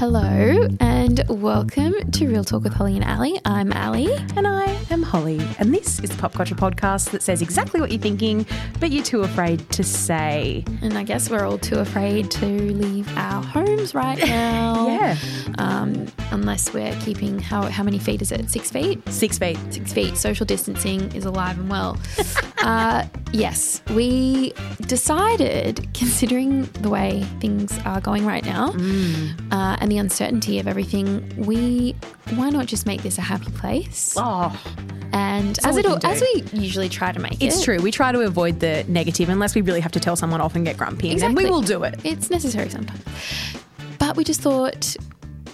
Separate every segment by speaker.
Speaker 1: Hello and welcome to Real Talk with Holly and Ali. I'm Ali.
Speaker 2: And I am Holly, and this is the Pop Culture Podcast that says exactly what you're thinking, but you're too afraid to say.
Speaker 1: And I guess we're all too afraid to leave our homes right now.
Speaker 2: Yeah.
Speaker 1: Um, unless we're keeping how how many feet is it? Six feet?
Speaker 2: Six feet.
Speaker 1: Six feet. Social distancing is alive and well. uh, yes, we decided, considering the way things are going right now
Speaker 2: Mm.
Speaker 1: uh, and the uncertainty of everything, we why not just make this a happy place?
Speaker 2: Oh,
Speaker 1: And as
Speaker 2: all
Speaker 1: it
Speaker 2: we
Speaker 1: al-
Speaker 2: can do.
Speaker 1: as we usually try to make it,
Speaker 2: it's true. We try to avoid the negative unless we really have to tell someone off and get grumpy, and then
Speaker 1: Exactly.
Speaker 2: we will do it.
Speaker 1: It's necessary sometimes. But we just thought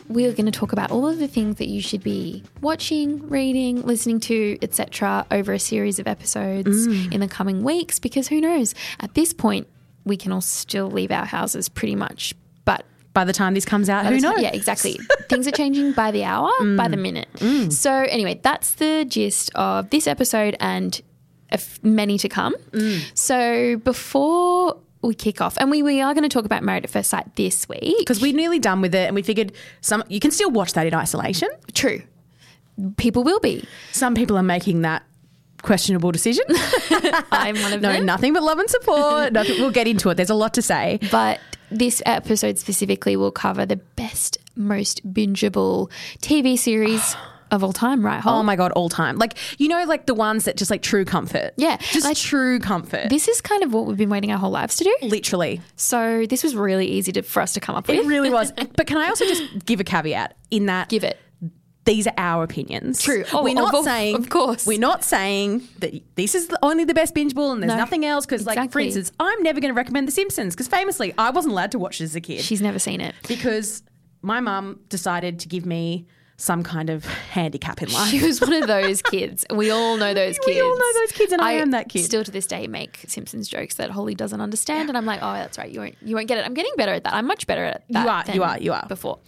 Speaker 1: we were going to talk about all of the things that you should be watching, reading, listening to, etc. over a series of episodes in the coming weeks because who knows? At this point, we can all still leave our houses pretty much, but
Speaker 2: By the time this comes out, who knows? Mm.
Speaker 1: yeah, exactly. Things are changing by the hour, by the minute. So, anyway, that's the gist of this episode and a f- many to come.
Speaker 2: Mm.
Speaker 1: So, before we kick off, and we, we are going to talk about Married at First Sight this week.
Speaker 2: Because we're nearly done with it, and we figured some you can still watch that in isolation.
Speaker 1: True. People will be.
Speaker 2: Some people are making that questionable decision.
Speaker 1: I'm one of
Speaker 2: no,
Speaker 1: them.
Speaker 2: nothing but love and support. Nothing- we'll get into it. There's a lot to say.
Speaker 1: But this episode specifically will cover the best, most bingeable TV series of all time, right, Hol?
Speaker 2: Oh my god, all time. Like you know, like the ones that just like true comfort.
Speaker 1: Yeah,
Speaker 2: just
Speaker 1: like-
Speaker 2: true comfort.
Speaker 1: this is kind of what we've been waiting our whole lives to do.
Speaker 2: Literally,
Speaker 1: So this was really easy to, for us to come up with.
Speaker 2: it really was. but can I also just give a caveat in that
Speaker 1: Give it.
Speaker 2: these are our opinions.
Speaker 1: True. Oh,
Speaker 2: we're not
Speaker 1: of-
Speaker 2: saying,
Speaker 1: of course.
Speaker 2: we're not saying that this is the, only the best bingeable and there's
Speaker 1: No.
Speaker 2: nothing else. Because, like, for
Speaker 1: Exactly.
Speaker 2: instance, I'm never going to recommend The Simpsons because famously, I wasn't allowed to watch it as a kid
Speaker 1: She's never seen it.
Speaker 2: because my mum decided to give me some kind of handicap in life.
Speaker 1: She was one of those kids. and We all know those kids.
Speaker 2: We all know those kids, and I am that kid.
Speaker 1: Still to this day, make Simpsons jokes that Holly doesn't understand, and I'm like, oh, that's right. You won't. You won't get it. I'm getting better at that. I'm much better at that.
Speaker 2: are,
Speaker 1: than
Speaker 2: you are, you are. Mm.
Speaker 1: Before.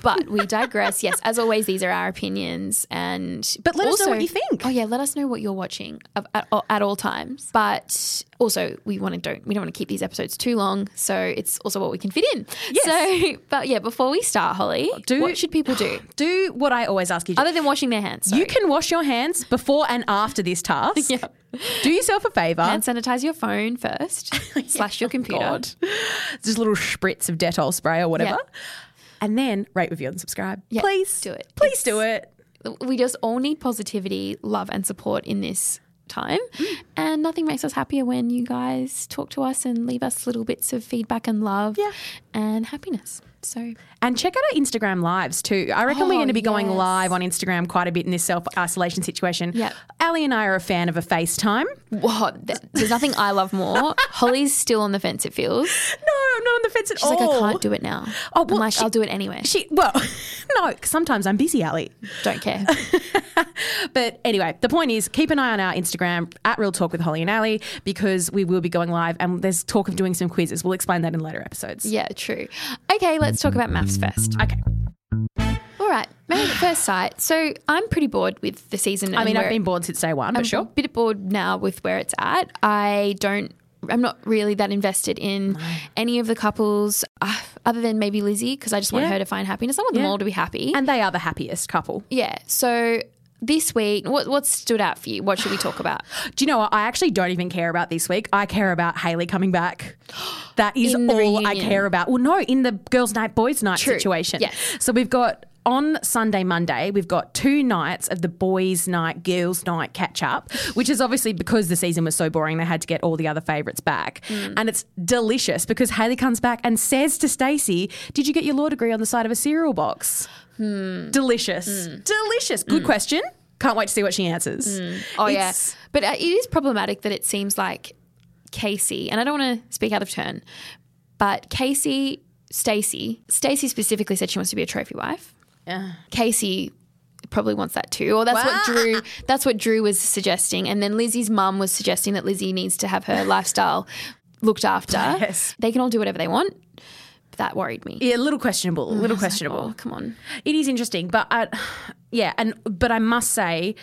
Speaker 1: But we digress. Yes, as always, these are our opinions, and
Speaker 2: But let us know
Speaker 1: also-
Speaker 2: what you think.
Speaker 1: Oh yeah, let us know what you're watching of- at, all- at all times. But also, we want to don't we don't want to keep these episodes too long, so it's also what we can fit in.
Speaker 2: Yes.
Speaker 1: So, but yeah, before we start, Holly,
Speaker 2: Do-
Speaker 1: what should people do
Speaker 2: Do what I always ask you to
Speaker 1: other than washing their hands? sorry.
Speaker 2: You can wash your hands before and after this task.
Speaker 1: Yep.
Speaker 2: Do yourself a favour.
Speaker 1: And sanitize your phone first, slash your computer.
Speaker 2: God. Just little spritz of Dettol spray or whatever. And then rate, review, and subscribe.
Speaker 1: Yeah,
Speaker 2: Please.
Speaker 1: do it.
Speaker 2: Please do it.
Speaker 1: We just all need positivity, love, and support in this time.
Speaker 2: Hmm.
Speaker 1: And nothing makes us happier when you guys talk to us and leave us little bits of feedback and love
Speaker 2: Yeah.
Speaker 1: and happiness. So,
Speaker 2: And check out our Instagram lives too. I reckon we're
Speaker 1: Oh,
Speaker 2: going to be going
Speaker 1: yes.
Speaker 2: live on Instagram quite a bit in this self isolation situation.
Speaker 1: Yep.
Speaker 2: Ali and I are a fan of a FaceTime.
Speaker 1: whoa, th- there's nothing I love more. Holly's still on the fence, it feels. She's
Speaker 2: No, I'm not on the fence at all.
Speaker 1: like, I can't do it now.
Speaker 2: Oh,
Speaker 1: I'm
Speaker 2: well,
Speaker 1: like,
Speaker 2: she-
Speaker 1: I'll do it anyway.
Speaker 2: She, well, no, 'cause sometimes I'm busy, Ali.
Speaker 1: Don't care.
Speaker 2: But anyway, the point is keep an eye on our Instagram at Real Talk with Holly and Ali because we will be going live and there's talk of doing some quizzes. We'll explain that in later episodes.
Speaker 1: yeah, true. Okay, let's talk about maths first.
Speaker 2: Okay.
Speaker 1: All right, Married at First Sight. So, I'm pretty bored with the season.
Speaker 2: I mean, I've
Speaker 1: been.
Speaker 2: been bored since day one, but
Speaker 1: a
Speaker 2: sure.
Speaker 1: bit bored now with where it's at. I don't. I'm not really that invested in any of the couples, uh, other than maybe Lizzie, because I just want
Speaker 2: Yeah.
Speaker 1: her to find happiness. I want them all to be happy.
Speaker 2: And they are the happiest couple.
Speaker 1: yeah. So this week, what what stood out for you? What should we talk about?
Speaker 2: Do you know what? I actually don't even care about this week. I care about Haley coming back. That is
Speaker 1: In the
Speaker 2: all I
Speaker 1: reunion.
Speaker 2: care about. Well, no, in the girls' night, boys' night
Speaker 1: True.
Speaker 2: situation.
Speaker 1: Yes.
Speaker 2: So we've got on Sunday, Monday, we've got two nights of the boys' night, girls' night catch up, which is obviously because the season was so boring, they had to get all the other favourites back.
Speaker 1: Mm.
Speaker 2: And it's delicious because Haley comes back and says to Stacey, Did you get your law degree on the side of a cereal box?
Speaker 1: Hmm.
Speaker 2: Delicious. Delicious. Good question. Can't wait to see what she answers.
Speaker 1: Mm. Oh
Speaker 2: It's-
Speaker 1: yeah, but uh, it is problematic that it seems like Casey, and I don't want to speak out of turn, but Casey, Stacy, Stacy specifically said she wants to be a trophy wife.
Speaker 2: Yeah.
Speaker 1: Casey probably wants that too. Or that's what
Speaker 2: Wow.
Speaker 1: Drew that's what Drew was suggesting. And then Lizzie's mum was suggesting that Lizzie needs to have her lifestyle looked after.
Speaker 2: Yes.
Speaker 1: They can all do whatever they want. But that worried me.
Speaker 2: Yeah, a little questionable. A little questionable.
Speaker 1: Oh, come on.
Speaker 2: It is interesting, but I, yeah, and but I must say,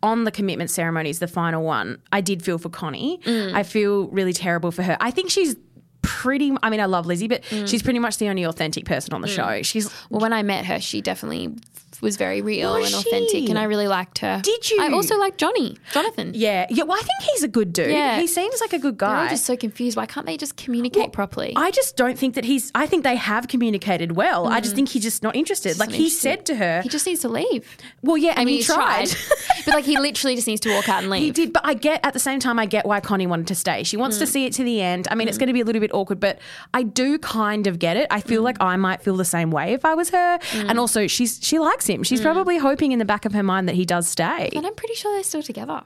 Speaker 2: on the commitment
Speaker 1: Mm.
Speaker 2: ceremonies, the final one, I did feel for Connie. I feel really terrible for her. I think she's pretty. I mean, I love Lizzie, but
Speaker 1: Mm.
Speaker 2: she's pretty much the only authentic person on the show. She's
Speaker 1: Well, when I met her, she definitely was very real
Speaker 2: Was
Speaker 1: and authentic,
Speaker 2: she?
Speaker 1: and I really liked her.
Speaker 2: Did you?
Speaker 1: I also like Johnny, Jonathan.
Speaker 2: yeah, yeah. Well, I think he's a good dude.
Speaker 1: Yeah.
Speaker 2: He seems like a good
Speaker 1: I'm
Speaker 2: guy.
Speaker 1: just so confused. Why can't they just communicate properly?
Speaker 2: I just don't think that he's. I think they have communicated well. I
Speaker 1: Mm.
Speaker 2: just think he's just not interested. like he said to her,
Speaker 1: he just needs to leave.
Speaker 2: well, yeah, and
Speaker 1: I mean,
Speaker 2: he tried.
Speaker 1: but like he literally just needs to walk out and
Speaker 2: He
Speaker 1: leave.
Speaker 2: did, but I get at the same time I get why Connie wanted to stay. She
Speaker 1: Mm.
Speaker 2: wants to see it to the end. I mean, it's going to be a little bit awkward, but I do kind of get it. I
Speaker 1: Mm.
Speaker 2: feel like I might feel the same way if I was her. And also, she's she likes him.
Speaker 1: Mm.
Speaker 2: She's probably hoping in the back of her mind that he does stay.
Speaker 1: And I'm pretty sure they're still together.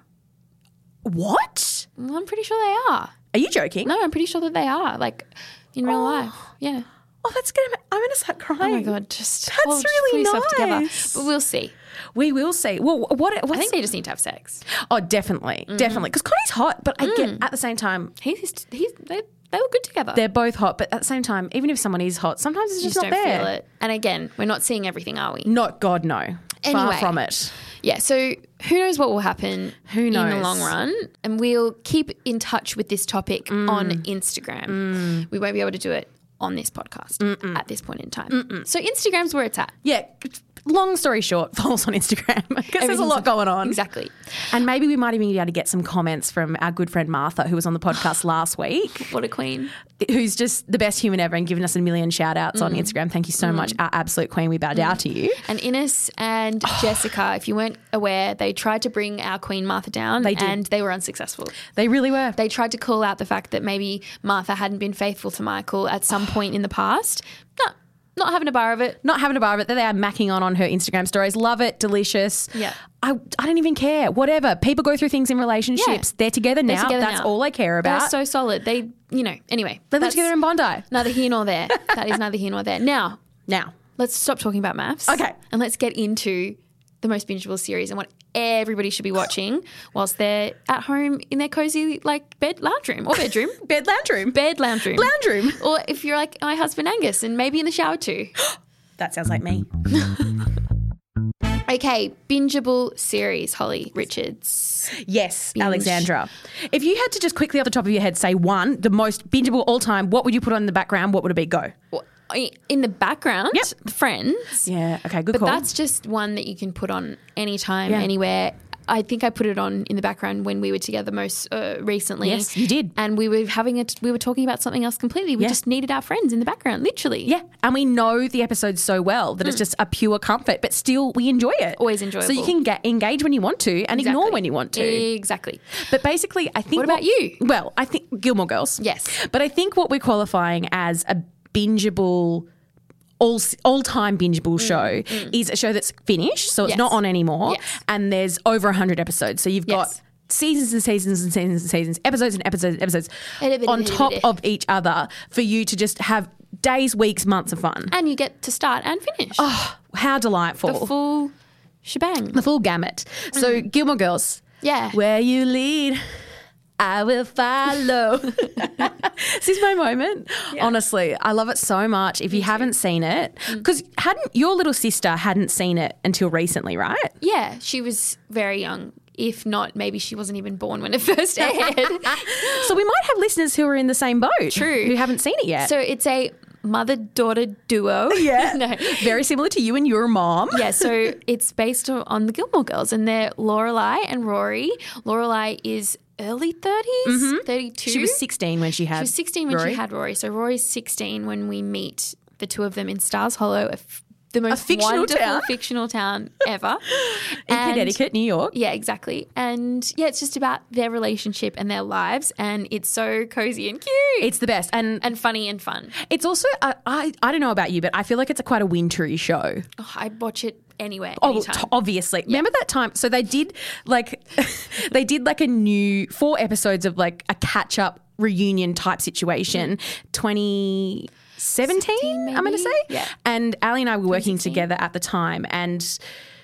Speaker 2: What?
Speaker 1: Well, I'm pretty sure they are.
Speaker 2: Are you joking?
Speaker 1: No, I'm pretty sure that they are. Like in real life. Yeah.
Speaker 2: Oh, that's gonna. ma- I'm gonna start
Speaker 1: Oh my
Speaker 2: crying.
Speaker 1: god, just
Speaker 2: That's
Speaker 1: well, just
Speaker 2: really
Speaker 1: put yourself
Speaker 2: nice.
Speaker 1: together. But we'll see.
Speaker 2: We will see. Well, what? What's,
Speaker 1: I think Mm-hmm. they just need to have sex.
Speaker 2: oh, definitely, definitely. Because Connie's hot, but I
Speaker 1: Mm.
Speaker 2: get at the same time
Speaker 1: He's he's they they look good together.
Speaker 2: they're both hot. But at the same time, even if someone is hot, sometimes it's
Speaker 1: you
Speaker 2: just,
Speaker 1: just
Speaker 2: not
Speaker 1: don't
Speaker 2: there.
Speaker 1: feel it. And again, we're not seeing everything, are we?
Speaker 2: No, God, no. Far
Speaker 1: Anyway.
Speaker 2: from it.
Speaker 1: Yeah, so who knows what will happen
Speaker 2: Who
Speaker 1: in the
Speaker 2: knows?
Speaker 1: long run? And we'll keep in touch with this topic on Instagram. We won't be able to do it on this podcast at this point in time. So Instagram's where it's at.
Speaker 2: yeah, long story short, follow us on Instagram because there's a lot going on.
Speaker 1: Exactly.
Speaker 2: And maybe we might even be able to get some comments from our good friend Martha, who was on the podcast last week,
Speaker 1: What a queen.
Speaker 2: who's just the best human ever and given us a million shout outs on Instagram. Thank you so much, our absolute queen. We bow down to you.
Speaker 1: And Ines and Jessica, if you weren't aware, they tried to bring our Queen Martha down
Speaker 2: did.
Speaker 1: and they were unsuccessful.
Speaker 2: They really were.
Speaker 1: They tried to call out the fact that maybe Martha hadn't been faithful to Michael at some point in the past. No, not having a bar of it.
Speaker 2: Not having a bar of it, they are macking on on her Instagram stories. Love it, delicious.
Speaker 1: Yeah.
Speaker 2: I, I don't even care. Whatever. People go through things in relationships. They're together now.
Speaker 1: together
Speaker 2: That's
Speaker 1: now.
Speaker 2: all I care
Speaker 1: They're
Speaker 2: about.
Speaker 1: so solid. They, you know, anyway.
Speaker 2: they live
Speaker 1: that's
Speaker 2: together in Bondi
Speaker 1: Neither here nor there. That is neither here nor there. Now,
Speaker 2: now.
Speaker 1: let's stop talking about maths.
Speaker 2: Okay.
Speaker 1: And let's get into the most bingeable series and what everybody should be watching whilst they're at home in their cozy like bed lounge room or bedroom.
Speaker 2: Bed lounge room.
Speaker 1: bed lounge room.
Speaker 2: Lounge room.
Speaker 1: Or if you're like my husband Angus and maybe in the shower too.
Speaker 2: That sounds like me.
Speaker 1: Okay, bingeable series, Holly Richards.
Speaker 2: Yes, Alexandra. If you had to just quickly off the top of your head say one, the most bingeable all time, what would you put on in the background? What would it be? Go.
Speaker 1: In the background,
Speaker 2: Yep.
Speaker 1: Friends.
Speaker 2: Yeah. Okay. Good call.
Speaker 1: That's just one that you can put on anytime, anywhere. I think I put it on in the background when we were together most uh, recently.
Speaker 2: Yes, you did.
Speaker 1: And we were having it. We were talking about something else completely. We
Speaker 2: Yeah.
Speaker 1: just needed our friends in the background, literally.
Speaker 2: yeah, and we know the episode so well that it's just a pure comfort, but still we enjoy it.
Speaker 1: Always
Speaker 2: So you
Speaker 1: enjoyable.
Speaker 2: can get engage when you want to and ignore
Speaker 1: Exactly.
Speaker 2: when you want to.
Speaker 1: Exactly.
Speaker 2: But basically, I think.
Speaker 1: What about you?
Speaker 2: Well, I think Gilmore Girls.
Speaker 1: Yes.
Speaker 2: But I think what we're qualifying as a bingeable. All, all-time bingeable show is a show that's finished, so it's
Speaker 1: Mm, Yes.
Speaker 2: not on anymore,
Speaker 1: Yes.
Speaker 2: and there's over 100 episodes. So you've
Speaker 1: Yes.
Speaker 2: got seasons and seasons and seasons and seasons, episodes and episodes and episodes
Speaker 1: Itty bitty
Speaker 2: on
Speaker 1: bitty
Speaker 2: top
Speaker 1: bitty.
Speaker 2: of each other for you to just have days, weeks, months of fun.
Speaker 1: And you get to start and finish
Speaker 2: Oh. How delightful.
Speaker 1: the full Mm. shebang.
Speaker 2: the full gamut. So Gilmore Girls,
Speaker 1: yeah.
Speaker 2: where you lead, I will follow. this is my moment. Honestly, I love it so much. If you haven't seen it,
Speaker 1: Mm.
Speaker 2: because hadn't your little sister hadn't seen it until recently, right?
Speaker 1: Yeah, she was very young. If not, maybe she wasn't even born when it first aired.
Speaker 2: So we might have listeners who are in the same boat,
Speaker 1: True.
Speaker 2: who haven't seen it yet.
Speaker 1: so it's a mother daughter duo.
Speaker 2: yeah,
Speaker 1: no.
Speaker 2: very similar to you and your mom.
Speaker 1: Yeah, so it's based on- on the Gilmore Girls, and they're Lorelai and Rory. Lorelai is early 30s, 32.
Speaker 2: Mm-hmm. She was sixteen when she had.
Speaker 1: She was 16 when
Speaker 2: Rory.
Speaker 1: she had Rory. So Rory's 16 when we meet the two of them in Stars Hollow, a f- the most
Speaker 2: fictional
Speaker 1: wonderful
Speaker 2: town.
Speaker 1: fictional town ever.
Speaker 2: in
Speaker 1: And-
Speaker 2: Connecticut, New York.
Speaker 1: Yeah, exactly. And yeah, it's just about their relationship and their lives, and it's so cozy and cute
Speaker 2: It's the best, and
Speaker 1: and funny and fun.
Speaker 2: it's also I, I I don't know about you, but I feel like it's a quite a wintry show.
Speaker 1: Oh, I'd watch it anywhere,
Speaker 2: Oh, well,
Speaker 1: anytime.
Speaker 2: t- obviously. Remember that time? So they did like they did like a new four episodes of like a catch up reunion type situation. Twenty seventeen, I'm going to
Speaker 1: maybe?
Speaker 2: say.
Speaker 1: Yeah.
Speaker 2: And Ali and I were working together at the time, and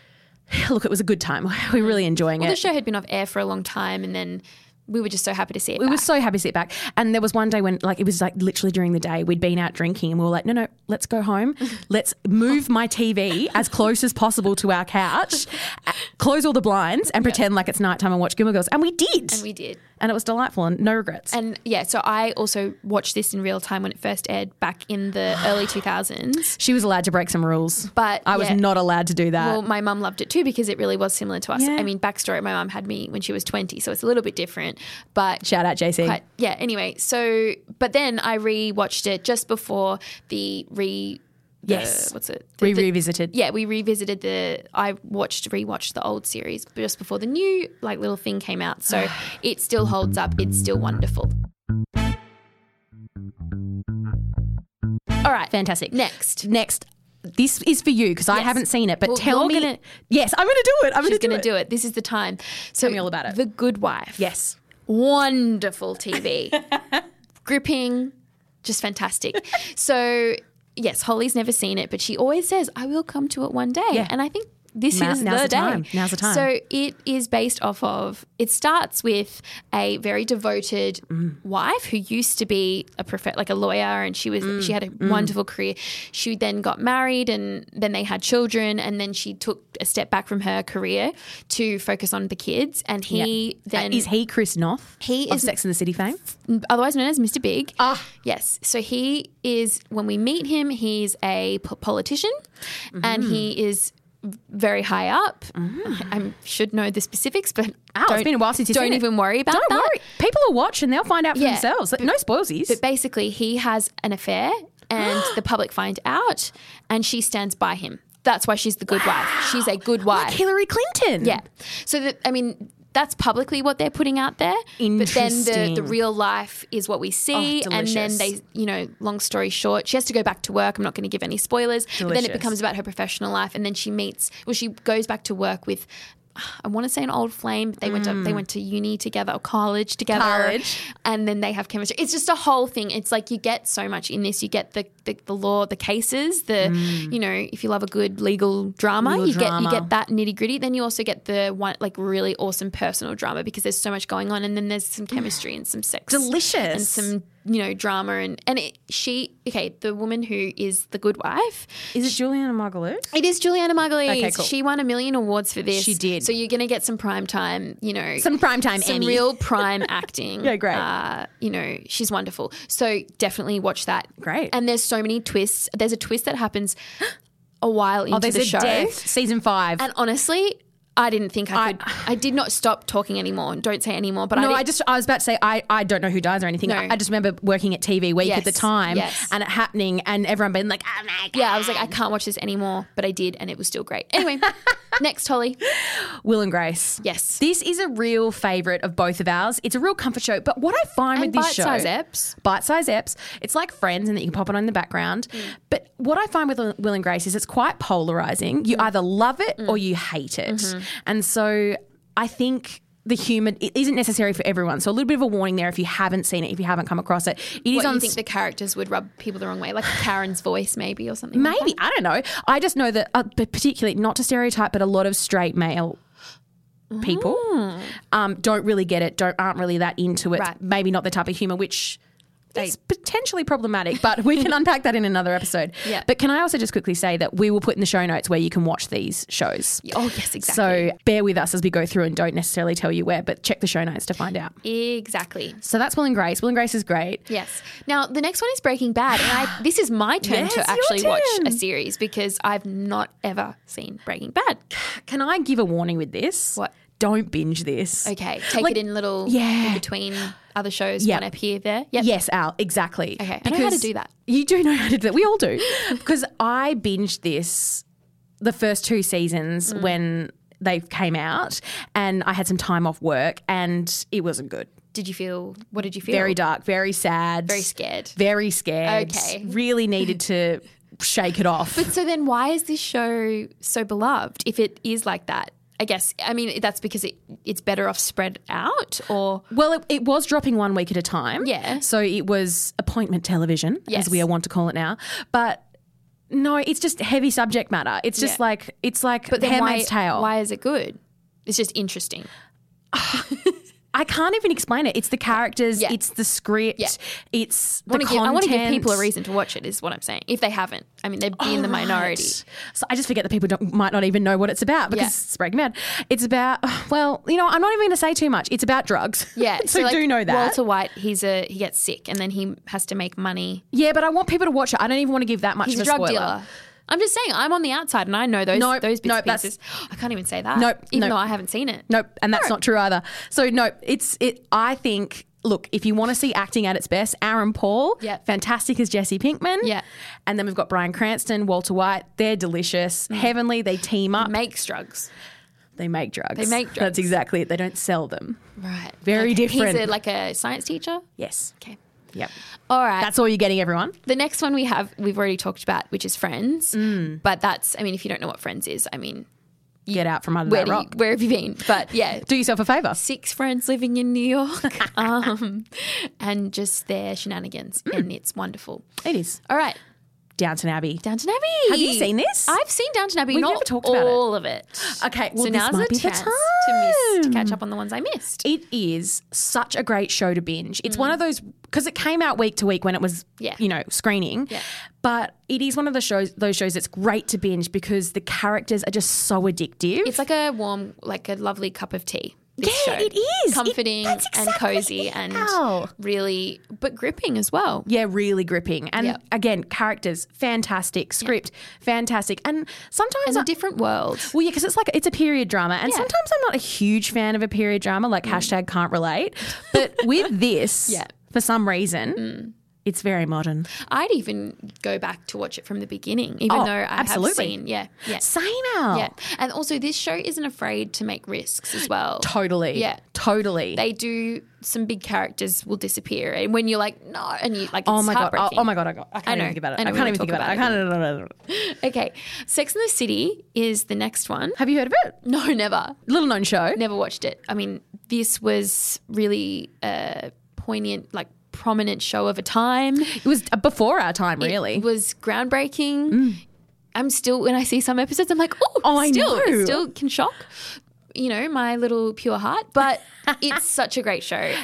Speaker 2: look, it was a good time. We were really enjoying
Speaker 1: the
Speaker 2: it.
Speaker 1: show had been off air for a long time, and then we were just so happy to see it.
Speaker 2: we
Speaker 1: back.
Speaker 2: were so happy to sit back. And there was one day when, like, it was like literally during the day, we'd been out drinking and we were like, no, no, let's go home. Let's move my TV as close as possible to our couch, a- close all the blinds and pretend like it's nighttime and watch Gilmore Girls. And we did. And,
Speaker 1: we did.
Speaker 2: it was delightful and no regrets.
Speaker 1: And yeah, so I also watched this in real time when it first aired back in the early 2000s.
Speaker 2: she was allowed to break some rules.
Speaker 1: But
Speaker 2: I was
Speaker 1: yeah.
Speaker 2: not allowed to do that.
Speaker 1: Well, my mum loved it too because it really was similar to us.
Speaker 2: Yeah.
Speaker 1: I mean, backstory my mum had me when she was 20, so it's a little bit different. But
Speaker 2: Shout out, JC.
Speaker 1: But yeah, anyway, so but then I rewatched it just before the re the-
Speaker 2: Yes.
Speaker 1: what's it? The-
Speaker 2: we
Speaker 1: the-
Speaker 2: revisited.
Speaker 1: yeah, we revisited the I watched rewatched the old series just before the new like little thing came out. So it still holds up. It's still wonderful. All right.
Speaker 2: Fantastic.
Speaker 1: Next.
Speaker 2: Next. This is for you because I
Speaker 1: Yes.
Speaker 2: haven't seen it, but
Speaker 1: Well,
Speaker 2: tell
Speaker 1: you're
Speaker 2: me.
Speaker 1: gonna-
Speaker 2: yes, I'm going to do it. I'm going to
Speaker 1: She's
Speaker 2: do
Speaker 1: going to
Speaker 2: it.
Speaker 1: do it. This is the time. So
Speaker 2: me all about it.
Speaker 1: The Good Wife.
Speaker 2: Yes.
Speaker 1: wonderful TV. Gripping, just fantastic. So, yes, Holly's never seen it, but she always says, I will come to it one day.
Speaker 2: Yeah.
Speaker 1: And I think this
Speaker 2: Now-
Speaker 1: is
Speaker 2: now's
Speaker 1: the,
Speaker 2: the
Speaker 1: day.
Speaker 2: time. Now's the time.
Speaker 1: So, it is based off of, it starts with a very devoted
Speaker 2: Mm.
Speaker 1: wife who used to be a prof- like a lawyer and she was
Speaker 2: Mm.
Speaker 1: she had a wonderful career. She then got married and then they had children and then she took a step back from her career to focus on the kids and he then
Speaker 2: Uh, is he Chris Noth?
Speaker 1: He
Speaker 2: of
Speaker 1: is-
Speaker 2: Sex and the City fame.
Speaker 1: otherwise known as Mr. Big.
Speaker 2: Ah.
Speaker 1: Yes. So he is, when we meet him, he's a p- politician and
Speaker 2: Mm-hmm.
Speaker 1: he is v- very high up. I should know the specifics, but
Speaker 2: Ow, it's
Speaker 1: don't,
Speaker 2: been a while since you've
Speaker 1: don't
Speaker 2: seen it.
Speaker 1: even worry about
Speaker 2: Don't
Speaker 1: that.
Speaker 2: worry. People will watch and they'll find out for
Speaker 1: Yeah.
Speaker 2: themselves. No spoilsies.
Speaker 1: But basically, he has an affair and the public find out and she stands by him. That's why she's the good wife. She's a good wife.
Speaker 2: Hillary Clinton.
Speaker 1: Yeah. So that I mean, that's publicly what they're putting out there. But then
Speaker 2: Interesting.
Speaker 1: the, the real life is what we see.
Speaker 2: Oh,
Speaker 1: and
Speaker 2: delicious.
Speaker 1: then they, you know, long story short, she has to go back to work. I'm not going to give any spoilers. But then
Speaker 2: Delicious.
Speaker 1: it becomes about her professional life. And then she meets, well, she goes back to work with. I want to say an old flame. But they went to they went to uni together or college together,
Speaker 2: Mm. College.
Speaker 1: and then they have chemistry. It's just a whole thing. It's like you get so much in this. You get the the, the law, the cases, the you know, if you love a good legal drama,
Speaker 2: Mm. Legal
Speaker 1: you
Speaker 2: drama.
Speaker 1: get you get that nitty gritty. Then you also get the one like really awesome personal drama because there's so much going on, and then there's some chemistry and some sex,
Speaker 2: Delicious.
Speaker 1: and some you know drama and and it, she okay the woman who is the good wife.
Speaker 2: Is it Juliana Margulies?
Speaker 1: It is Juliana Margulies.
Speaker 2: Okay, cool.
Speaker 1: She won a million awards for this.
Speaker 2: She did.
Speaker 1: So you're going to get some prime time, you know,
Speaker 2: Some primetime
Speaker 1: some
Speaker 2: Emmy.
Speaker 1: real prime acting.
Speaker 2: Yeah, great.
Speaker 1: Uh, you know, she's wonderful. So definitely watch that.
Speaker 2: Great.
Speaker 1: And there's so many twists. There's a twist that happens a while into
Speaker 2: Oh, there's
Speaker 1: the
Speaker 2: a
Speaker 1: show.
Speaker 2: death. Season five.
Speaker 1: And honestly, I didn't think I could. I, did not stop talking anymore. Don't say anymore. But I,
Speaker 2: no,
Speaker 1: didn't,
Speaker 2: I just I was about to say I, I don't know who dies or anything.
Speaker 1: No.
Speaker 2: I, I just remember working at TV Week at
Speaker 1: Yes,
Speaker 2: the time
Speaker 1: yes.
Speaker 2: and it happening and everyone being like, oh my god.
Speaker 1: yeah, I was like, I can't watch this anymore. But I did, and it was still great. Anyway, next, Holly.
Speaker 2: Will and Grace.
Speaker 1: Yes.
Speaker 2: This is a real favourite of both of ours. It's a real comfort show. But what I find
Speaker 1: And
Speaker 2: with this show,
Speaker 1: bite-size eps. Mm.
Speaker 2: bite size eps, it's like Friends, and that you can pop it on in the background. But what I find with Will and Grace is it's quite polarizing.
Speaker 1: Mm.
Speaker 2: You either love it or you hate it,
Speaker 1: Mm-hmm.
Speaker 2: and so I think. The humour it isn't necessary for everyone, so a little bit of a warning there if you haven't seen it, if you haven't come across it. It is
Speaker 1: What
Speaker 2: on
Speaker 1: you think the characters would rub people the wrong way, like Karen's voice, maybe, or something. like
Speaker 2: Maybe I don't know. I just know that, uh, but particularly not to stereotype, but a lot of straight male people um, don't really get it. Don't aren't really that into it.
Speaker 1: Mm. Right.
Speaker 2: Maybe not the type of humor which. is potentially problematic, but we can unpack that in another episode.
Speaker 1: Yeah.
Speaker 2: But can I also just quickly say that we will put in the show notes where you can watch these shows.
Speaker 1: that. Oh yes, exactly.
Speaker 2: So bear with us as we go through and don't necessarily tell you where, but check the show notes to find out.
Speaker 1: exactly.
Speaker 2: So that's Will and Grace. Will and Grace is great.
Speaker 1: Yes. Now the next one is Breaking Bad, and I, this is my turn
Speaker 2: Yes, your
Speaker 1: to actually watch
Speaker 2: turn.
Speaker 1: a series because I've not ever seen Breaking Bad.
Speaker 2: Can I give a warning with this?
Speaker 1: What?
Speaker 2: Don't binge this.
Speaker 1: Okay, take
Speaker 2: Like,
Speaker 1: it in little
Speaker 2: yeah.
Speaker 1: in between other shows,
Speaker 2: Yeah.
Speaker 1: one up here, there. Yep.
Speaker 2: Yes, Al, exactly.
Speaker 1: Okay, I know how to do that.
Speaker 2: You do know how to do that. We all do. because I binged this the first two seasons
Speaker 1: Mm.
Speaker 2: when they came out and I had some time off work and it wasn't good.
Speaker 1: Did you feel? What did you feel?
Speaker 2: Very dark, very sad.
Speaker 1: very scared.
Speaker 2: Very scared.
Speaker 1: Okay.
Speaker 2: Really needed to shake it off.
Speaker 1: So then, why is this show so beloved if it is like that? I guess. I mean, that's because it, it's better off spread out, or
Speaker 2: Well, it, it was dropping one week at a time.
Speaker 1: Yeah.
Speaker 2: So it was appointment television,
Speaker 1: Yes.
Speaker 2: as we are want to call it now. But no, it's just heavy subject matter. It's just
Speaker 1: Yeah.
Speaker 2: like it's like
Speaker 1: then why,
Speaker 2: Handmaid's Tale.
Speaker 1: Why is it good? It's just interesting.
Speaker 2: I can't even explain it. It's the characters,
Speaker 1: Yeah.
Speaker 2: it's the script,
Speaker 1: Yeah.
Speaker 2: it's the
Speaker 1: I wanna give- I want to give
Speaker 2: content.
Speaker 1: people a reason to watch it, is what I'm saying. If they haven't, I mean, they'd be in the
Speaker 2: Right.
Speaker 1: minority.
Speaker 2: So I just forget that people don't, might not even know what it's about because
Speaker 1: Yeah.
Speaker 2: it's breaking mad. It's about well, you know, I'm not even going to say too much. It's about drugs.
Speaker 1: Yeah,
Speaker 2: so,
Speaker 1: like,
Speaker 2: do know that.
Speaker 1: Walter White. He's a he gets sick and then he has to make money.
Speaker 2: yeah, but I want people to watch it. I don't even want to give that much.
Speaker 1: He's
Speaker 2: of
Speaker 1: a drug
Speaker 2: spoiler.
Speaker 1: dealer. I'm just saying, I'm on the outside and I know those
Speaker 2: Nope,
Speaker 1: those bits
Speaker 2: nope,
Speaker 1: and
Speaker 2: that's-
Speaker 1: pieces. I can't even say that.
Speaker 2: Nope,
Speaker 1: even
Speaker 2: nope.
Speaker 1: though I haven't seen it.
Speaker 2: Nope, and that's not true either. So nope, it's it. I think. Look, if you want to see acting at its best, Aaron Paul,
Speaker 1: Yep.
Speaker 2: fantastic as Jesse Pinkman.
Speaker 1: Yeah.
Speaker 2: And then we've got Brian Cranston, Walter White. They're delicious.
Speaker 1: Mm.
Speaker 2: Heavenly, they team up.
Speaker 1: Makes drugs.
Speaker 2: They make drugs.
Speaker 1: They make drugs.
Speaker 2: That's exactly it. They don't sell them.
Speaker 1: Right.
Speaker 2: Very
Speaker 1: Okay.
Speaker 2: different.
Speaker 1: He's a, like a science teacher.
Speaker 2: Yes.
Speaker 1: Okay.
Speaker 2: Yep.
Speaker 1: All right.
Speaker 2: That's all you're getting, everyone.
Speaker 1: the next one we have, we've already talked about, which is Friends.
Speaker 2: Mm.
Speaker 1: But that's, I mean, if you don't know what Friends is, I mean,
Speaker 2: Get out from under
Speaker 1: where,
Speaker 2: that
Speaker 1: do you,
Speaker 2: rock.
Speaker 1: where have you been? But yeah,
Speaker 2: Do yourself a favor.
Speaker 1: six friends living in New York um, and just their shenanigans.
Speaker 2: Mm.
Speaker 1: And it's wonderful.
Speaker 2: It is
Speaker 1: All right.
Speaker 2: Downton Abbey.
Speaker 1: Downton Abbey.
Speaker 2: Have you seen this?
Speaker 1: I've seen Downton Abbey.
Speaker 2: We've
Speaker 1: not
Speaker 2: never talked about it.
Speaker 1: all of it.
Speaker 2: Okay, well,
Speaker 1: so
Speaker 2: this
Speaker 1: now's
Speaker 2: might
Speaker 1: a
Speaker 2: be the
Speaker 1: chance to miss to
Speaker 2: time.
Speaker 1: catch up on the ones I missed.
Speaker 2: It is such a great show to binge. It's one of those because it came out week to week when it was,
Speaker 1: Yeah.
Speaker 2: you know, screening. But it is one of the shows, those shows that's great to binge because the characters are just so addictive.
Speaker 1: It's like a warm, like a lovely cup of tea. this
Speaker 2: Yeah,
Speaker 1: show.
Speaker 2: it is. It-
Speaker 1: comforting
Speaker 2: that's
Speaker 1: and
Speaker 2: exactly
Speaker 1: cozy
Speaker 2: it.
Speaker 1: and
Speaker 2: Ow.
Speaker 1: really, but gripping as well.
Speaker 2: Yeah, really gripping. And
Speaker 1: Yep.
Speaker 2: again, characters, fantastic. Script, fantastic. And sometimes
Speaker 1: It's
Speaker 2: I-
Speaker 1: a different world.
Speaker 2: Well, yeah, because it's like it's a period drama, and sometimes I'm not a huge fan of a period drama, like hashtag can't relate. But with this,
Speaker 1: Yeah.
Speaker 2: for some reason, it's very modern.
Speaker 1: I'd even go back to watch it from the beginning, even
Speaker 2: Oh,
Speaker 1: though I
Speaker 2: absolutely. Oh.
Speaker 1: have seen. Yeah, yeah,
Speaker 2: Same out.
Speaker 1: yeah. And also, this show isn't afraid to make risks as well.
Speaker 2: Totally.
Speaker 1: Yeah.
Speaker 2: Totally.
Speaker 1: They do some big characters will disappear, and when you're like, no, and you like,
Speaker 2: oh
Speaker 1: it's
Speaker 2: my god. Oh,
Speaker 1: heartbreaking.
Speaker 2: oh my god. I, got, I can't
Speaker 1: know.
Speaker 2: even think about it.
Speaker 1: I
Speaker 2: I,
Speaker 1: know. We
Speaker 2: can't
Speaker 1: won't
Speaker 2: even think
Speaker 1: talk
Speaker 2: about it. I
Speaker 1: about
Speaker 2: can't. no, no, no, no.
Speaker 1: Okay, Sex and the City is the next one.
Speaker 2: Have you heard of it?
Speaker 1: No, never.
Speaker 2: Little known show.
Speaker 1: Never watched it. I mean, this was really a poignant, like prominent show of a time.
Speaker 2: It was before our time, really.
Speaker 1: It was groundbreaking. I'm still, when I see some episodes, I'm like, oh,
Speaker 2: Mm. Oh, I
Speaker 1: still, it
Speaker 2: know.
Speaker 1: still can shock, you know, my little pure heart. But it's such a great show.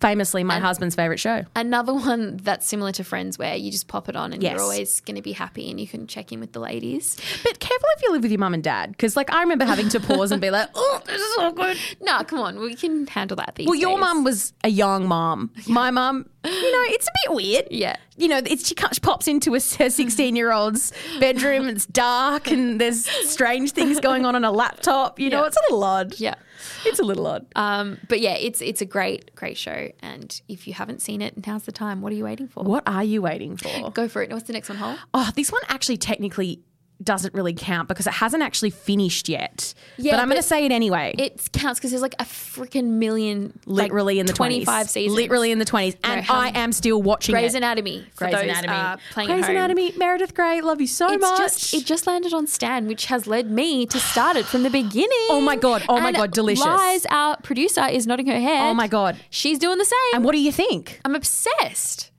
Speaker 2: Famously, my husband's favorite show.
Speaker 1: Another one that's similar to Friends, where you just pop it on and
Speaker 2: Yes.
Speaker 1: you're always going to be happy and you can check in with the ladies.
Speaker 2: But careful if you live with your mum and dad, because like I remember having to pause and be like, oh, this is awkward.
Speaker 1: No, come on, we can handle that these
Speaker 2: Well, your
Speaker 1: days.
Speaker 2: mum was a young mum. My mum, you know, it's a bit weird.
Speaker 1: Yeah.
Speaker 2: You know, it's, she can't- she pops into a 16 year old's bedroom. It's dark and there's strange things going on on a laptop. You know,
Speaker 1: Yeah.
Speaker 2: it's a little odd.
Speaker 1: Yeah.
Speaker 2: It's a little odd.
Speaker 1: Um, but yeah, it's it's a great, great show. And if you haven't seen it, now's the time. What are you waiting for?
Speaker 2: what are you waiting for?
Speaker 1: Go for it. What's the next one, Hole?
Speaker 2: Oh, this one actually technically doesn't really count because it hasn't actually finished yet.
Speaker 1: Yeah,
Speaker 2: but I'm going to
Speaker 1: but
Speaker 2: say it anyway.
Speaker 1: It counts because there's like a freaking million, like,
Speaker 2: literally in the
Speaker 1: 25
Speaker 2: 20s.
Speaker 1: seasons.
Speaker 2: Literally in the 20s. And
Speaker 1: how
Speaker 2: I am still watching
Speaker 1: Grey's
Speaker 2: it.
Speaker 1: Anatomy. For
Speaker 2: Grey's
Speaker 1: those,
Speaker 2: Anatomy.
Speaker 1: uh, playing at
Speaker 2: Grey's
Speaker 1: home.
Speaker 2: Anatomy. Meredith Grey, love you so
Speaker 1: It's
Speaker 2: much.
Speaker 1: just it just landed on Stan, which has led me to start it from the beginning. Oh
Speaker 2: my God. Oh my God. Delicious.
Speaker 1: Liz, our producer, is nodding her head.
Speaker 2: Oh my god.
Speaker 1: she's doing the same.
Speaker 2: And what do you think?
Speaker 1: I'm obsessed.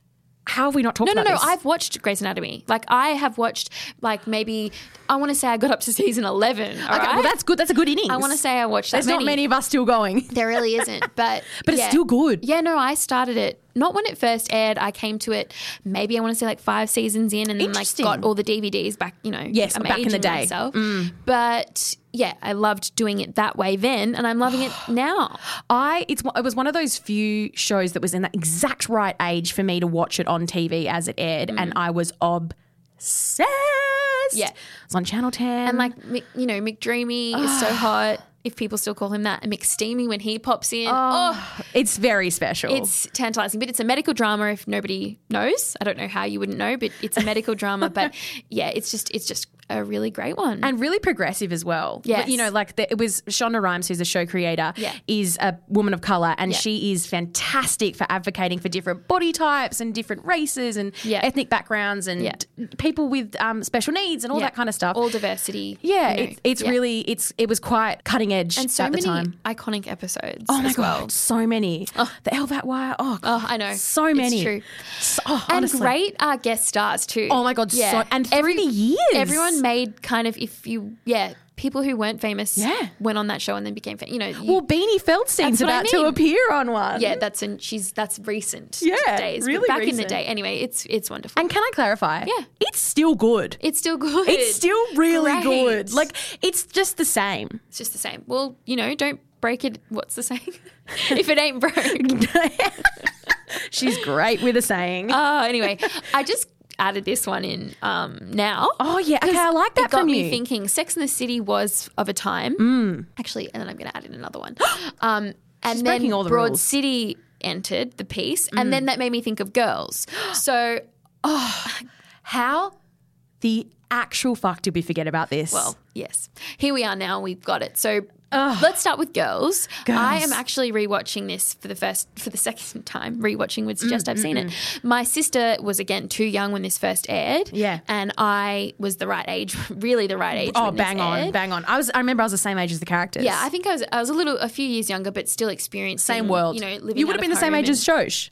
Speaker 2: How have we not talked
Speaker 1: No, no,
Speaker 2: about
Speaker 1: no.
Speaker 2: this?
Speaker 1: I've watched Grey's Anatomy. Like I have watched, like maybe I want to say I got up to season eleven. all
Speaker 2: Okay,
Speaker 1: right?
Speaker 2: well that's good. That's a good innings.
Speaker 1: I want to say I watched that
Speaker 2: there's not many of us still going.
Speaker 1: There really isn't, but
Speaker 2: But it's
Speaker 1: yeah.
Speaker 2: still good.
Speaker 1: Yeah, no, I started it not when it first aired. I came to it maybe I want to say like five seasons in, and then like
Speaker 2: Interesting.
Speaker 1: got all the DVDs back. You know,
Speaker 2: Yes,
Speaker 1: I'm
Speaker 2: back in the
Speaker 1: aging
Speaker 2: day. Mm.
Speaker 1: myself. But yeah, I loved doing it that way then, and I'm loving it now.
Speaker 2: I it's it was one of those few shows that was in that exact right age for me to watch it on TV as it aired, and I was obsessed.
Speaker 1: Yeah.
Speaker 2: it was on Channel Ten.
Speaker 1: And like Mick- you know, McDreamy is so hot. If people still call him that, and McSteamy when he pops in, oh
Speaker 2: it's very special.
Speaker 1: It's tantalizing, but it's a medical drama. If nobody knows, I don't know how you wouldn't know, but it's a medical drama. But yeah, it's just it's just a really great one.
Speaker 2: and really progressive as well.
Speaker 1: Yes.
Speaker 2: But, You know, like the, it was Shonda Rhimes, who's a show creator,
Speaker 1: Yeah.
Speaker 2: is a woman of color, and
Speaker 1: Yeah.
Speaker 2: she is fantastic for advocating for different body types and different races and
Speaker 1: Yeah.
Speaker 2: ethnic backgrounds and
Speaker 1: Yeah.
Speaker 2: d- people with um, special needs and all
Speaker 1: Yeah.
Speaker 2: that kind of stuff.
Speaker 1: all diversity.
Speaker 2: yeah,
Speaker 1: you know.
Speaker 2: it's, it's
Speaker 1: Yeah.
Speaker 2: really it's it was quite cutting edge
Speaker 1: and so
Speaker 2: at
Speaker 1: many
Speaker 2: the time.
Speaker 1: iconic episodes.
Speaker 2: Oh my
Speaker 1: as
Speaker 2: god,
Speaker 1: well.
Speaker 2: so many. The Elvat Wire. Oh,
Speaker 1: Oh, I know.
Speaker 2: so
Speaker 1: It's
Speaker 2: many.
Speaker 1: true.
Speaker 2: So- oh,
Speaker 1: And
Speaker 2: honestly.
Speaker 1: great uh, guest stars too.
Speaker 2: Oh my god, so, and every,
Speaker 1: Every-
Speaker 2: the years.
Speaker 1: Everyone someone made kind of if you yeah people who weren't famous
Speaker 2: Yeah.
Speaker 1: went on that show and then became famous. You know, you-
Speaker 2: Well, Beanie Feldstein's
Speaker 1: That's what I
Speaker 2: about to
Speaker 1: mean.
Speaker 2: appear on one.
Speaker 1: yeah, that's in she's that's recent
Speaker 2: Yeah,
Speaker 1: days. but
Speaker 2: really
Speaker 1: back in the
Speaker 2: recent.
Speaker 1: day, anyway, it's it's wonderful.
Speaker 2: And can I clarify?
Speaker 1: Yeah.
Speaker 2: It's still good.
Speaker 1: it's still good.
Speaker 2: It's still really
Speaker 1: Great.
Speaker 2: good. Like it's just the same.
Speaker 1: it's just the same. Well, you know, don't break it. What's the saying? if it ain't broke.
Speaker 2: She's great with a saying.
Speaker 1: Oh, anyway, I just added this one in um, now.
Speaker 2: oh yeah, okay, I like that
Speaker 1: it got
Speaker 2: from
Speaker 1: me
Speaker 2: you. Mm.
Speaker 1: thinking. Sex in the City was of a time, actually, and then I'm going to add in another one. Um, and then
Speaker 2: breaking all the
Speaker 1: Broad
Speaker 2: rules. Mm.
Speaker 1: City entered the piece, and then that made me think of girls. So
Speaker 2: How the actual fuck did we forget about this?
Speaker 1: Well, yes. Here we are now. We've got it. So let's start with girls. I am actually rewatching this for the first for the second time. Rewatching would
Speaker 2: Mm,
Speaker 1: suggest I've seen it. My sister was again too young when this first aired.
Speaker 2: Yeah.
Speaker 1: and I was the right age, really the right age.
Speaker 2: oh,
Speaker 1: when this
Speaker 2: bang on,
Speaker 1: aired.
Speaker 2: bang on. I was. I remember I was the same age as the characters.
Speaker 1: Yeah, I think I was I was a little a few years younger, but still experiencing
Speaker 2: same world.
Speaker 1: You know, living
Speaker 2: you would have
Speaker 1: out
Speaker 2: been
Speaker 1: of
Speaker 2: the same
Speaker 1: home
Speaker 2: age
Speaker 1: and-
Speaker 2: as Josh.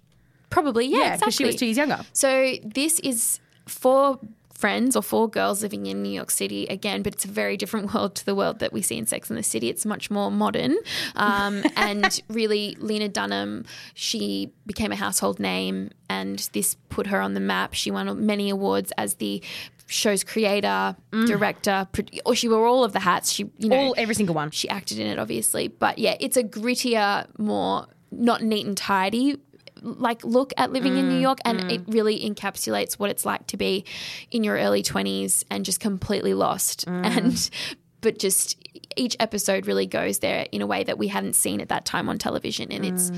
Speaker 1: probably yeah,
Speaker 2: Yeah,
Speaker 1: exactly.
Speaker 2: because she was two years younger.
Speaker 1: So this is four friends or four girls living in New York City again, but it's a very different world to the world that we see in Sex and the City. It's much more modern, um, and really, Lena Dunham she became a household name, and this put her on the map. She won many awards as the show's creator, director, pro- or she wore all of the hats. She you know
Speaker 2: Mm. All every single one.
Speaker 1: she acted in it, obviously. But yeah, it's a grittier, more not neat and tidy like look at living in New York, and it really encapsulates what it's like to be in your early twenties and just completely lost and. But just each episode really goes there in a way that we hadn't seen at that time on television, and it's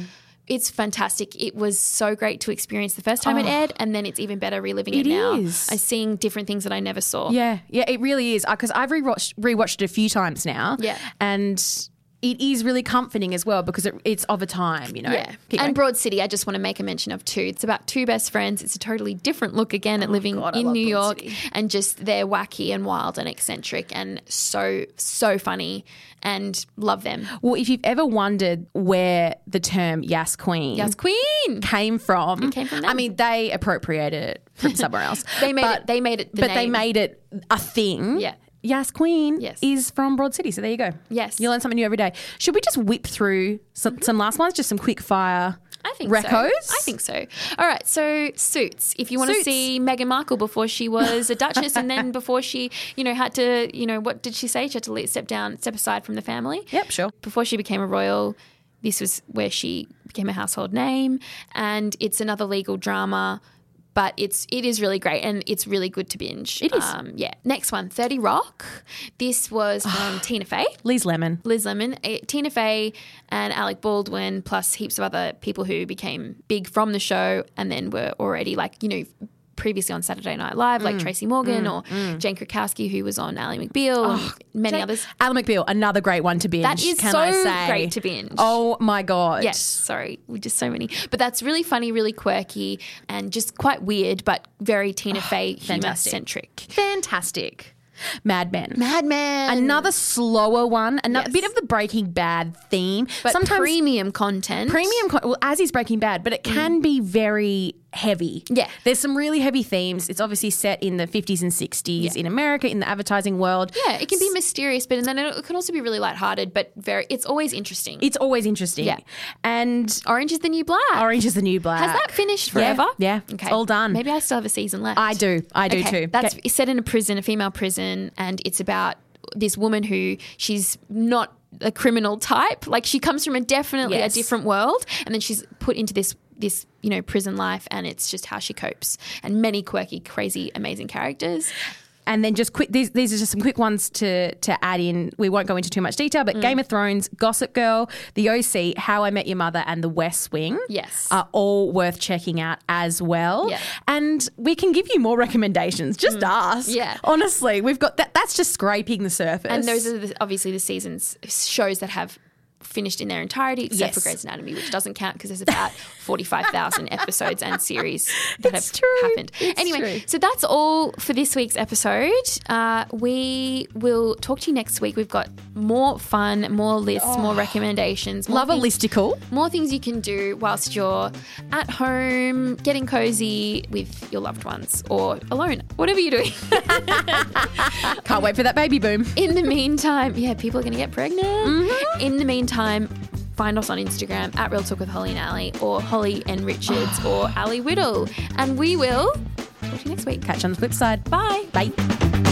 Speaker 1: it's fantastic. It was so great to experience the first time it aired, and then it's even better reliving it,
Speaker 2: It
Speaker 1: now.
Speaker 2: is.
Speaker 1: I'm seeing different things that I never saw.
Speaker 2: Yeah, yeah, it really is. Because I've rewatched rewatched it a few times now.
Speaker 1: Yeah.
Speaker 2: and it is really comforting as well because it, it's of a time, you know.
Speaker 1: Yeah. and
Speaker 2: Keep going.
Speaker 1: Broad City, I just want to make a mention of too. It's about two best friends. It's a totally different look again at living
Speaker 2: Oh, God, I
Speaker 1: in
Speaker 2: love
Speaker 1: New York
Speaker 2: Broad City.
Speaker 1: and just they're wacky and wild and eccentric and so, so funny and love them.
Speaker 2: well, if you've ever wondered where the term "Yas Queen"
Speaker 1: Yes, Queen.
Speaker 2: came from,
Speaker 1: came from
Speaker 2: I
Speaker 1: them.
Speaker 2: mean, they appropriated it from somewhere else.
Speaker 1: They made
Speaker 2: But-
Speaker 1: it they made it the
Speaker 2: but they
Speaker 1: name.
Speaker 2: made it a thing.
Speaker 1: Yeah.
Speaker 2: Yas Queen
Speaker 1: Yes.
Speaker 2: is from Broad City, so there you go.
Speaker 1: Yes.
Speaker 2: you learn something new every day. Should we just whip through some, some last ones, just some quick fire?
Speaker 1: I think
Speaker 2: Recos?
Speaker 1: so. I think so. All right, so suits. If you want to
Speaker 2: Suits.
Speaker 1: see Meghan Markle before she was a duchess and then before she, you know, had to, you know, what did she say? She had to le- step down, step aside from the family.
Speaker 2: Yep, sure.
Speaker 1: Before she became a royal, this was where she became a household name and it's another legal drama. But it's it is really great and it's really good to binge. It
Speaker 2: is.
Speaker 1: Um, yeah. Next one, 30 Rock. This was from Tina Fey.
Speaker 2: Liz Lemon.
Speaker 1: Liz Lemon, eh, Tina Fey, and Alec Baldwin, plus heaps of other people who became big from the show and then were already like, you know, previously on Saturday Night Live, like Tracy Morgan or Jane Krakowski, who was on Ally McBeal, and many others.
Speaker 2: Alan McBeal, another great one to binge.
Speaker 1: That is
Speaker 2: can
Speaker 1: so
Speaker 2: I say.
Speaker 1: great to binge.
Speaker 2: Oh my god!
Speaker 1: Yes, sorry, we just so many. But that's really funny, really quirky, and just quite weird, but very Tina Fey humor
Speaker 2: Oh, fantastic.
Speaker 1: centric.
Speaker 2: fantastic. Mad Men.
Speaker 1: Mad Men.
Speaker 2: another slower one. Another
Speaker 1: Yes.
Speaker 2: bit of the Breaking Bad theme.
Speaker 1: but
Speaker 2: Sometimes
Speaker 1: premium content.
Speaker 2: premium, con- well, as is Breaking Bad, but it can be very heavy.
Speaker 1: Mm. Yeah.
Speaker 2: there's some really heavy themes. It's obviously set in the 50s and 60s in America, in the advertising world.
Speaker 1: Yeah, it can be mysterious, but and then it it can also be really lighthearted, but very. It's always interesting.
Speaker 2: It's always interesting.
Speaker 1: Yeah.
Speaker 2: and
Speaker 1: Orange is the New Black.
Speaker 2: Orange is the New Black.
Speaker 1: Has that finished forever?
Speaker 2: Yeah, yeah. It's all done.
Speaker 1: Maybe I still have a season left.
Speaker 2: I do. I do
Speaker 1: Okay,
Speaker 2: too.
Speaker 1: That's it's set in a prison, a female prison, and it's about this woman who she's not a criminal type. Like she comes from a definitely
Speaker 2: Yes.
Speaker 1: a different world, and then she's put into this this you know prison life, and it's just how she copes. And many quirky, crazy, amazing characters.
Speaker 2: And then just quick, these, these are just some quick ones to to add in. We won't go into too much detail,
Speaker 1: Mm.
Speaker 2: but Game of Thrones, Gossip Girl, The OC, How I Met Your Mother, and The West Wing.
Speaker 1: Yes.
Speaker 2: Are all worth checking out as well.
Speaker 1: Yeah. Mm.
Speaker 2: And we can give you more recommendations. Just ask.
Speaker 1: Yeah.
Speaker 2: Honestly, we've got that. That's just scraping the surface.
Speaker 1: And those are the, obviously the seasons shows that have finished in their entirety except for
Speaker 2: Yes.
Speaker 1: Grey's Anatomy, which doesn't count because there's about 45,000 episodes and series that
Speaker 2: It's
Speaker 1: have
Speaker 2: true.
Speaker 1: happened.
Speaker 2: It's
Speaker 1: anyway,
Speaker 2: true.
Speaker 1: so that's all for this week's episode. Uh, we will talk to you next week. We've got more fun, more lists, more recommendations. More
Speaker 2: Oh. Love a
Speaker 1: things-
Speaker 2: listicle.
Speaker 1: More things you can do whilst you're at home, getting cozy with your loved ones or alone, whatever you're doing.
Speaker 2: Can't wait for that baby boom.
Speaker 1: In the meantime, yeah, people are going to get pregnant. In the meantime, find us on Instagram at Real Talk with Holly and Ally or Holly and Richards or Ally Whittle. And we will talk to you next week.
Speaker 2: Catch you on the flip side. Bye. Bye.